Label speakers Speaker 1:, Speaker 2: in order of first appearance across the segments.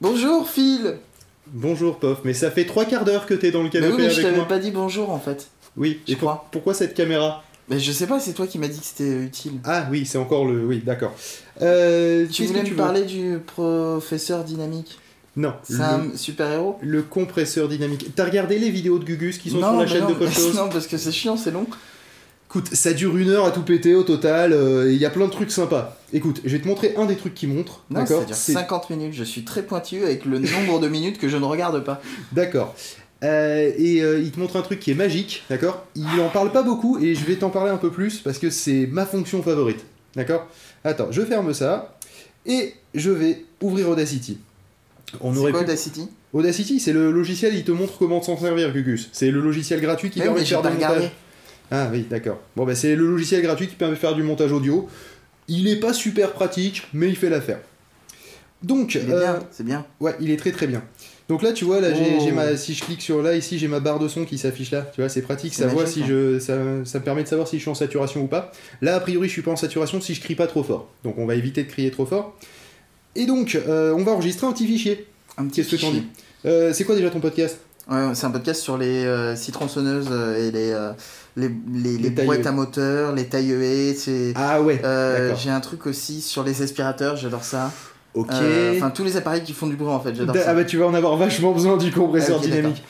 Speaker 1: Bonjour Phil
Speaker 2: Bonjour Pof, mais ça fait trois quarts d'heure que t'es dans le
Speaker 1: Mais
Speaker 2: canapé
Speaker 1: oui, mais je
Speaker 2: avec
Speaker 1: t'avais
Speaker 2: moi.
Speaker 1: pas dit bonjour en fait.
Speaker 2: Oui,
Speaker 1: je
Speaker 2: et pour-
Speaker 1: crois.
Speaker 2: pourquoi cette caméra
Speaker 1: Mais je sais pas, c'est toi qui m'as dit que c'était euh, utile.
Speaker 2: Ah oui, c'est encore le... Oui, d'accord. Euh,
Speaker 1: Tu
Speaker 2: qu'est-ce
Speaker 1: voulais
Speaker 2: que
Speaker 1: me
Speaker 2: veux
Speaker 1: parler du professeur dynamique
Speaker 2: Non,
Speaker 1: C'est
Speaker 2: le,
Speaker 1: un super-héros
Speaker 2: le compresseur dynamique. T'as regardé les vidéos de Gugus qui sont sur la
Speaker 1: mais
Speaker 2: chaîne
Speaker 1: non,
Speaker 2: de Podchose
Speaker 1: Non, parce que c'est chiant, c'est long.
Speaker 2: Écoute, ça dure une heure à tout péter au total, euh, et il y a plein de trucs sympas. Écoute, je vais te montrer un des trucs qui montre,
Speaker 1: Non,
Speaker 2: d'accord
Speaker 1: ça dure
Speaker 2: C'est-
Speaker 1: 50 minutes. Je suis très pointilleux avec le nombre de minutes que je ne regarde pas.
Speaker 2: D'accord. Euh, et euh, il te montre un truc qui est magique, d'accord Il en parle pas beaucoup et je vais t'en parler un peu plus parce que c'est ma fonction favorite, d'accord Attends, je ferme ça et je vais ouvrir Audacity. On
Speaker 1: C'est
Speaker 2: aurait
Speaker 1: quoi
Speaker 2: pu-
Speaker 1: Audacity
Speaker 2: Audacity, c'est le logiciel, il te montre comment s'en servir, Gugus. C'est le logiciel gratuit qui
Speaker 1: Mais oui,
Speaker 2: permet
Speaker 1: mais
Speaker 2: de
Speaker 1: j'ai
Speaker 2: faire
Speaker 1: pas
Speaker 2: des montages.
Speaker 1: regardé.
Speaker 2: Ah oui, d'accord. Bon, bah, c'est le logiciel gratuit qui permet de faire du montage audio. Il est pas super pratique, mais il fait l'affaire. Donc,
Speaker 1: C'est
Speaker 2: euh,
Speaker 1: bien, c'est bien.
Speaker 2: Ouais, il est très très bien. Donc là, tu vois, là, j'ai
Speaker 1: Oh.
Speaker 2: j'ai ma, si je clique sur là, ici, j'ai ma barre de son qui s'affiche là. Tu vois, c'est pratique,
Speaker 1: C'est
Speaker 2: ça, voit
Speaker 1: magique, hein.
Speaker 2: si je, ça, ça me permet de savoir si je suis en saturation ou pas. Là, a priori, je suis pas en saturation si je crie pas trop fort. Donc on va éviter de crier trop fort. Et donc, euh, on va enregistrer un petit fichier.
Speaker 1: Un petit
Speaker 2: Qu'est-ce que t'en
Speaker 1: fichier.
Speaker 2: dis Euh, C'est quoi déjà ton podcast
Speaker 1: Ouais, c'est un podcast sur les euh, scies tronçonneuses euh, et les, euh, les, les, les
Speaker 2: tailleuses.
Speaker 1: boîtes à moteur, les tailleuées. c'est-
Speaker 2: Ah ouais,
Speaker 1: Euh,
Speaker 2: d'accord.
Speaker 1: J'ai un truc aussi sur les aspirateurs, j'adore ça.
Speaker 2: Ok.
Speaker 1: Euh, Enfin, tous les appareils qui font du bruit en fait, j'adore
Speaker 2: Da-
Speaker 1: ça.
Speaker 2: Ah bah tu vas en avoir vachement besoin du compresseur
Speaker 1: Ah, ok,
Speaker 2: dynamique.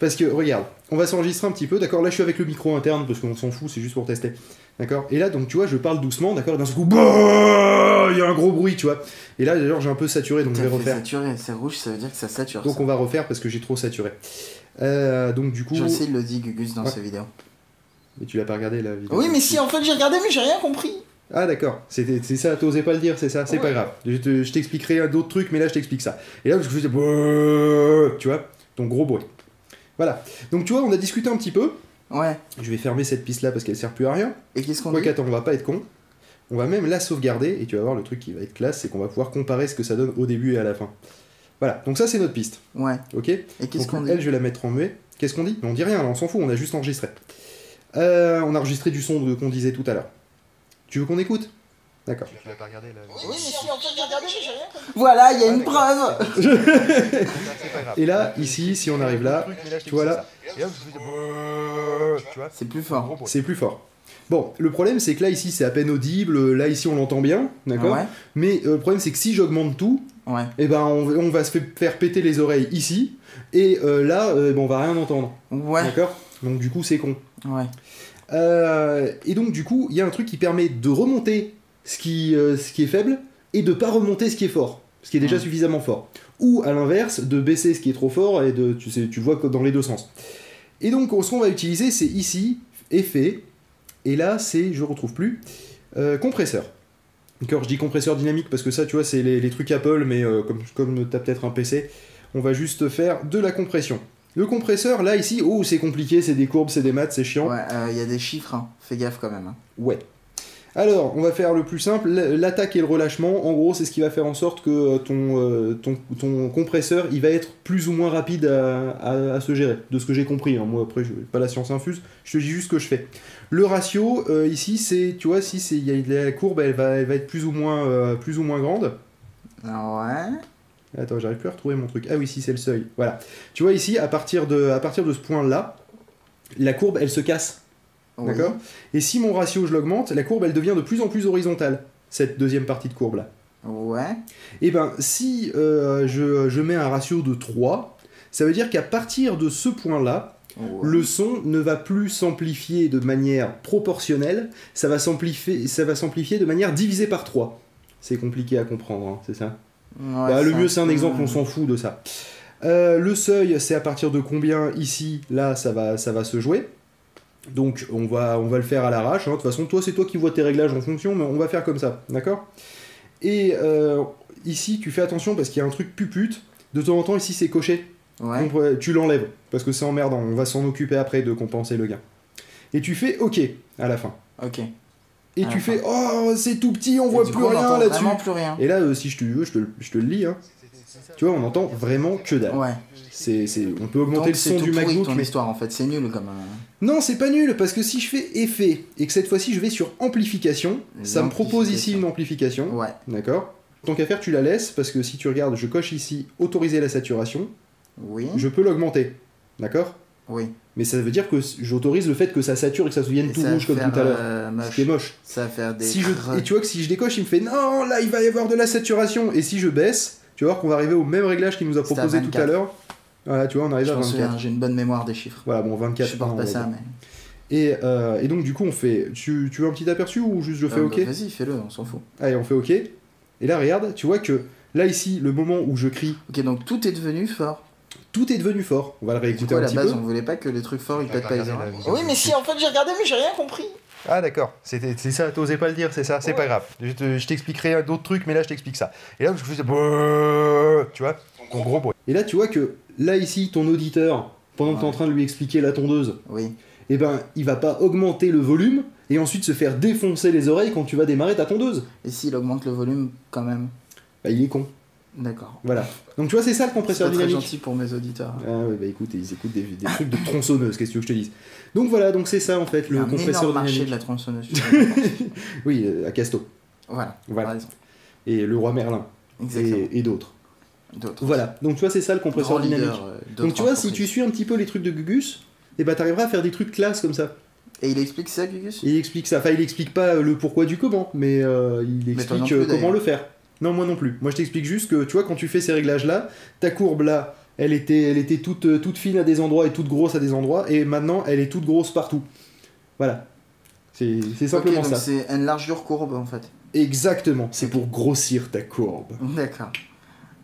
Speaker 2: Parce que regarde, on va s'enregistrer un petit peu, d'accord Là je suis avec le micro interne parce qu'on s'en fout, c'est juste pour tester. D'accord Et là donc tu vois, je parle doucement, d'accord Et d'un seul coup, bah, il y a un gros bruit, tu vois. Et là d'ailleurs j'ai un peu saturé donc je
Speaker 1: Putain,
Speaker 2: vais
Speaker 1: c'est
Speaker 2: refaire.
Speaker 1: saturé, c'est rouge, ça veut dire que ça sature.
Speaker 2: Donc
Speaker 1: ça.
Speaker 2: on va refaire parce que j'ai trop saturé. Euh, donc du coup.
Speaker 1: Je le sais, il le dit Gugus dans
Speaker 2: Ouais.
Speaker 1: sa vidéo.
Speaker 2: Mais tu l'as pas regardé la vidéo.
Speaker 1: Oui, mais si, en fait, j'ai regardé, mais j'ai rien compris.
Speaker 2: Ah d'accord, C'était- c'est ça, t'osais pas le dire, c'est ça, c'est
Speaker 1: Ouais.
Speaker 2: pas grave. Je te- je t'expliquerai un d'autres trucs, mais là je t'explique ça. Et là, je faisais... brrrr Tu vois Donc gros bruit. Voilà. Donc tu vois, on a discuté un petit peu.
Speaker 1: Ouais.
Speaker 2: Je vais fermer cette piste là parce qu'elle sert plus à rien.
Speaker 1: Et qu'est-ce qu'on
Speaker 2: Quoi
Speaker 1: dit
Speaker 2: qu'attends, on va pas être con. On va même la sauvegarder et tu vas voir le truc qui va être classe, c'est qu'on va pouvoir comparer ce que ça donne au début et à la fin. Voilà, donc ça c'est notre piste,
Speaker 1: Ouais.
Speaker 2: ok
Speaker 1: Et qu'est-ce
Speaker 2: Donc,
Speaker 1: qu'on
Speaker 2: Elle,
Speaker 1: dit
Speaker 2: je vais la mettre en muet. Qu'est-ce qu'on dit On dit rien, là, on s'en fout, on a juste enregistré. Euh, on a enregistré du son de- qu'on disait tout à l'heure. Tu veux qu'on écoute D'accord.
Speaker 3: Tu l'as pas regardé là.
Speaker 1: Voilà, il y a
Speaker 3: Ah,
Speaker 1: une
Speaker 3: d'accord.
Speaker 1: preuve
Speaker 3: C'est pas grave.
Speaker 2: Et là, ici, si on arrive là,
Speaker 3: Truc, mais là, je
Speaker 2: tu
Speaker 3: t'ai
Speaker 2: vois
Speaker 3: dit
Speaker 2: là,
Speaker 3: ça. Et là, je me suis dit, brrrr, tu vois,
Speaker 1: C'est plus
Speaker 3: un
Speaker 1: fort.
Speaker 3: gros bruit.
Speaker 2: c'est plus fort. Bon, le problème c'est que là ici c'est à peine audible, là ici on l'entend bien, d'accord
Speaker 1: Ouais.
Speaker 2: Mais euh, le problème c'est que si j'augmente tout,
Speaker 1: Ouais.
Speaker 2: et ben on, on va se fait- faire péter les oreilles ici, et euh, là, euh, ben, on va rien entendre.
Speaker 1: Ouais.
Speaker 2: D'accord Donc du coup, c'est con.
Speaker 1: Ouais.
Speaker 2: Euh, et donc du coup, il y a un truc qui permet de remonter ce qui, euh, ce qui est faible, et de pas remonter ce qui est fort, ce qui est déjà
Speaker 1: Ouais.
Speaker 2: suffisamment fort. Ou à l'inverse, de baisser ce qui est trop fort, et de, tu, sais, tu vois que dans les deux sens. Et donc, ce qu'on va utiliser, c'est ici, effet, et là, c'est, je retrouve plus, euh, compresseur. D'accord, je dis compresseur dynamique parce que ça, tu vois, c'est les, les trucs Apple, mais euh, comme, comme tu as peut-être un PC, on va juste faire de la compression. Le compresseur, là, ici, oh, c'est compliqué, c'est des courbes, c'est des maths, c'est chiant. Ouais.
Speaker 1: Ouais, euh, il y a des chiffres, hein. fais gaffe quand même. hein.
Speaker 2: Alors, on va faire le plus simple, l- l'attaque et le relâchement, en gros, c'est ce qui va faire en sorte que euh, ton, euh, ton, ton compresseur, il va être plus ou moins rapide à, à- à se gérer, de ce que j'ai compris. hein. Moi, après, je pas la science infuse, je te dis juste ce que je fais. Le ratio, euh, ici, c'est, tu vois, si c'est- il y a de la courbe, elle va, elle va être plus ou moins, euh, plus ou moins grande.
Speaker 1: hein. Ouais.
Speaker 2: Attends, j'arrive plus à retrouver mon truc. Ah oui, si, c'est le seuil. Voilà. Tu vois ici, à partir de, à partir de ce point-là, la courbe, elle se casse.
Speaker 1: Oui.
Speaker 2: D'accord Et si mon ratio, je l'augmente, la courbe, elle devient de plus en plus horizontale, cette deuxième partie de courbe-là.
Speaker 1: Ouais.
Speaker 2: Et ben, si euh, je, je mets un ratio de 3, ça veut dire qu'à partir de ce point-là,
Speaker 1: Ouais.
Speaker 2: le son ne va plus s'amplifier de manière proportionnelle, ça va s'amplifier ça va s'amplifier de manière divisée par 3. C'est compliqué à comprendre, hein, c'est ça
Speaker 1: Ouais,
Speaker 2: bah, le mieux,
Speaker 1: un
Speaker 2: c'est un
Speaker 1: peu-
Speaker 2: exemple, on s'en fout de ça. Euh, le seuil, c'est à partir de combien ici, là, ça va, ça va se jouer. Donc, on va, on va le faire à l'arrache. hein. De toute façon, toi, c'est toi qui vois tes réglages en fonction, mais on va faire comme ça, d'accord Et euh, ici, tu fais attention parce qu'il y a un truc pupute. De temps en temps, ici, c'est coché.
Speaker 1: Ouais.
Speaker 2: Donc, euh, tu l'enlèves parce que c'est emmerdant. On va s'en occuper après de compenser le gain. Et tu fais OK à la fin.
Speaker 1: Ok.
Speaker 2: Et
Speaker 1: À
Speaker 2: tu
Speaker 1: la
Speaker 2: fais Oh, c'est tout petit, on voit
Speaker 1: Et du
Speaker 2: plus
Speaker 1: coup, on
Speaker 2: rien
Speaker 1: entend
Speaker 2: là-dessus.
Speaker 1: Vraiment plus rien.
Speaker 2: Et là, euh, si je te veux, je te, je te le lis. hein.
Speaker 3: C'est- c'est-
Speaker 2: tu vois, on entend vraiment que dalle.
Speaker 1: Ouais.
Speaker 2: C'est, c'est- on peut
Speaker 1: Donc
Speaker 2: augmenter le
Speaker 1: c'est
Speaker 2: son
Speaker 1: tout
Speaker 2: du
Speaker 1: pourri
Speaker 2: MacBook.
Speaker 1: ton
Speaker 2: mais-
Speaker 1: histoire en fait, c'est nul euh, quand même.
Speaker 2: Non, c'est pas nul, parce que si je fais effet et que cette fois-ci je vais sur amplification, ça me propose ici une amplification.
Speaker 1: Ouais.
Speaker 2: D'accord Tant qu'à faire, tu la laisses, parce que si tu regardes, je coche ici autoriser la saturation,
Speaker 1: Oui.
Speaker 2: je peux l'augmenter. D'accord
Speaker 1: Oui.
Speaker 2: Mais ça veut dire que s- j'autorise le fait que ça sature et que ça devienne
Speaker 1: Et
Speaker 2: tout
Speaker 1: ça va
Speaker 2: rouge comme
Speaker 1: faire,
Speaker 2: tout à l'heure.
Speaker 1: euh,
Speaker 2: Ce
Speaker 1: moche.
Speaker 2: qui est moche.
Speaker 1: Ça va faire des.
Speaker 2: Si je,
Speaker 1: creux.
Speaker 2: et tu vois que si je décoche, il me fait non, là il va y avoir de la saturation. Et si je baisse, tu vas voir qu'on va arriver au même réglage qu'il nous a
Speaker 1: C'est à
Speaker 2: proposé tout à
Speaker 1: 24.
Speaker 2: l'heure. Voilà, tu vois, on arrive
Speaker 1: Je
Speaker 2: à
Speaker 1: m'en
Speaker 2: 24.
Speaker 1: souviens, j'ai une bonne mémoire des chiffres.
Speaker 2: Voilà, bon, 24.
Speaker 1: Je supporte
Speaker 2: on
Speaker 1: pas
Speaker 2: va
Speaker 1: ça,
Speaker 2: dire.
Speaker 1: mais.
Speaker 2: Et, euh, et donc, du coup, on fait. Tu, tu veux un petit aperçu ou juste je fais
Speaker 1: Euh,
Speaker 2: OK
Speaker 1: bah, Vas-y, fais-le, on s'en fout.
Speaker 2: Allez, on fait OK. Et là, regarde, tu vois que là, ici, le moment où je crie,
Speaker 1: Ok, donc tout est devenu fort.
Speaker 2: tout est devenu fort. On va le
Speaker 1: Du
Speaker 2: réécouter
Speaker 1: coup, à
Speaker 2: Bah, un
Speaker 1: la
Speaker 2: petit
Speaker 1: base,
Speaker 2: peu.
Speaker 1: on voulait pas que les trucs forts ils
Speaker 3: T'as
Speaker 1: pètent pas les
Speaker 3: regardé
Speaker 1: oreilles.
Speaker 3: la-
Speaker 4: Oui, mais si, en fait, j'ai regardé, mais j'ai rien compris.
Speaker 3: Ah d'accord, C'était- c'est ça, t'osais pas le dire, c'est ça, c'est
Speaker 4: Ouais.
Speaker 3: pas grave. Je te- je t'expliquerai un- d'autres trucs, mais là je t'explique ça. Et là je faisais brrrr, tu vois, ton gros bruit.
Speaker 2: Et là, tu vois que là, ici, ton auditeur, pendant que tu es en
Speaker 1: Ouais.
Speaker 2: train de lui expliquer la tondeuse,
Speaker 1: Oui.
Speaker 2: eh ben, il va pas augmenter le volume et ensuite se faire défoncer les oreilles quand tu vas démarrer ta tondeuse.
Speaker 1: Et s'il augmente le volume quand même
Speaker 2: Bah, il est con.
Speaker 1: D'accord.
Speaker 2: Voilà. Donc, tu vois, c'est ça le
Speaker 1: C'est
Speaker 2: compresseur
Speaker 1: pas très
Speaker 2: dynamique.
Speaker 1: gentil pour mes auditeurs.
Speaker 2: Ah ouais, bah écoute, ils écoutent des, des trucs de tronçonneuse, qu'est-ce que tu veux que je te dise Donc voilà, donc c'est ça en fait
Speaker 1: Il y a
Speaker 2: le
Speaker 1: un
Speaker 2: compresseur
Speaker 1: énorme marché
Speaker 2: dynamique.
Speaker 1: de la tronçonneuse.
Speaker 2: Oui, euh, à Casto.
Speaker 1: voilà.
Speaker 2: Voilà.
Speaker 1: t'as raison.
Speaker 2: Et le roi Merlin.
Speaker 1: Exactement.
Speaker 2: Et, et d'autres.
Speaker 1: D'autres.
Speaker 2: Voilà, donc tu vois, c'est ça le compresseur
Speaker 1: Grand
Speaker 2: dynamique.
Speaker 1: leader, euh, d'autres
Speaker 2: donc tu vois, si tu
Speaker 1: entreprises.
Speaker 2: suis un petit peu les trucs de Gugus, et bah t'arriveras à faire des trucs classe comme ça.
Speaker 1: Et il explique ça, Gugus
Speaker 2: Et il explique ça. Enfin, il explique pas le pourquoi du comment, mais euh, il
Speaker 1: toi
Speaker 2: explique
Speaker 1: non plus,
Speaker 2: euh, comment
Speaker 1: d'ailleurs.
Speaker 2: le faire. Non, moi non plus. Moi, je t'explique juste que tu vois, quand tu fais ces réglages-là, ta courbe là, elle était, elle était toute, euh, toute fine à des endroits et toute grosse à des endroits, et maintenant, elle est toute grosse partout. Voilà. C'est c'est simplement
Speaker 1: Ok, donc
Speaker 2: ça.
Speaker 1: c'est une largeur courbe en fait.
Speaker 2: Exactement. C'est pour grossir ta courbe.
Speaker 1: D'accord.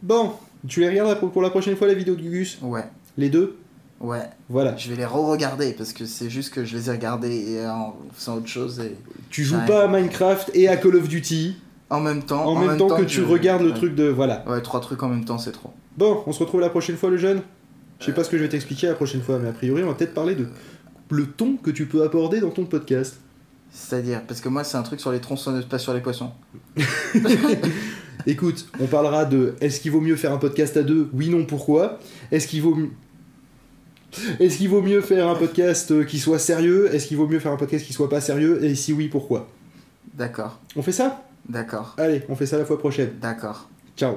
Speaker 2: Bon, tu les regarderas pour, pour la prochaine fois la vidéo de Gugus
Speaker 1: Ouais.
Speaker 2: Les deux
Speaker 1: Ouais.
Speaker 2: Voilà.
Speaker 1: Je vais les re-regarder parce que c'est juste que je les ai regardés et euh, en faisant autre chose et
Speaker 2: Tu joues
Speaker 1: Ouais.
Speaker 2: pas à Minecraft et à Call of Duty
Speaker 1: en même temps.
Speaker 2: en, même, temps, que tu
Speaker 1: je-
Speaker 2: regardes le
Speaker 1: ouais.
Speaker 2: truc de. Voilà.
Speaker 1: Ouais, trois trucs en même temps, c'est trop.
Speaker 2: Bon, on se retrouve la prochaine fois, le jeune. Je sais pas ce que je vais t'expliquer la prochaine fois, mais a priori, on va peut-être parler de le ton que tu peux aborder dans ton podcast.
Speaker 1: C'est-à-dire, parce que moi c'est un truc sur les tronçonneuses, pas sur les poissons.
Speaker 2: Écoute, on parlera de est-ce qu'il vaut mieux faire un podcast à deux Oui, non, pourquoi Est-ce qu'il vaut mieux. Est-ce qu'il vaut mieux faire un podcast euh, qui soit sérieux Est-ce qu'il vaut mieux faire un podcast qui soit pas sérieux Et si oui, pourquoi
Speaker 1: D'accord,
Speaker 2: On fait ça
Speaker 1: d'accord,
Speaker 2: Allez, on fait ça la fois prochaine.
Speaker 1: d'accord.
Speaker 2: Ciao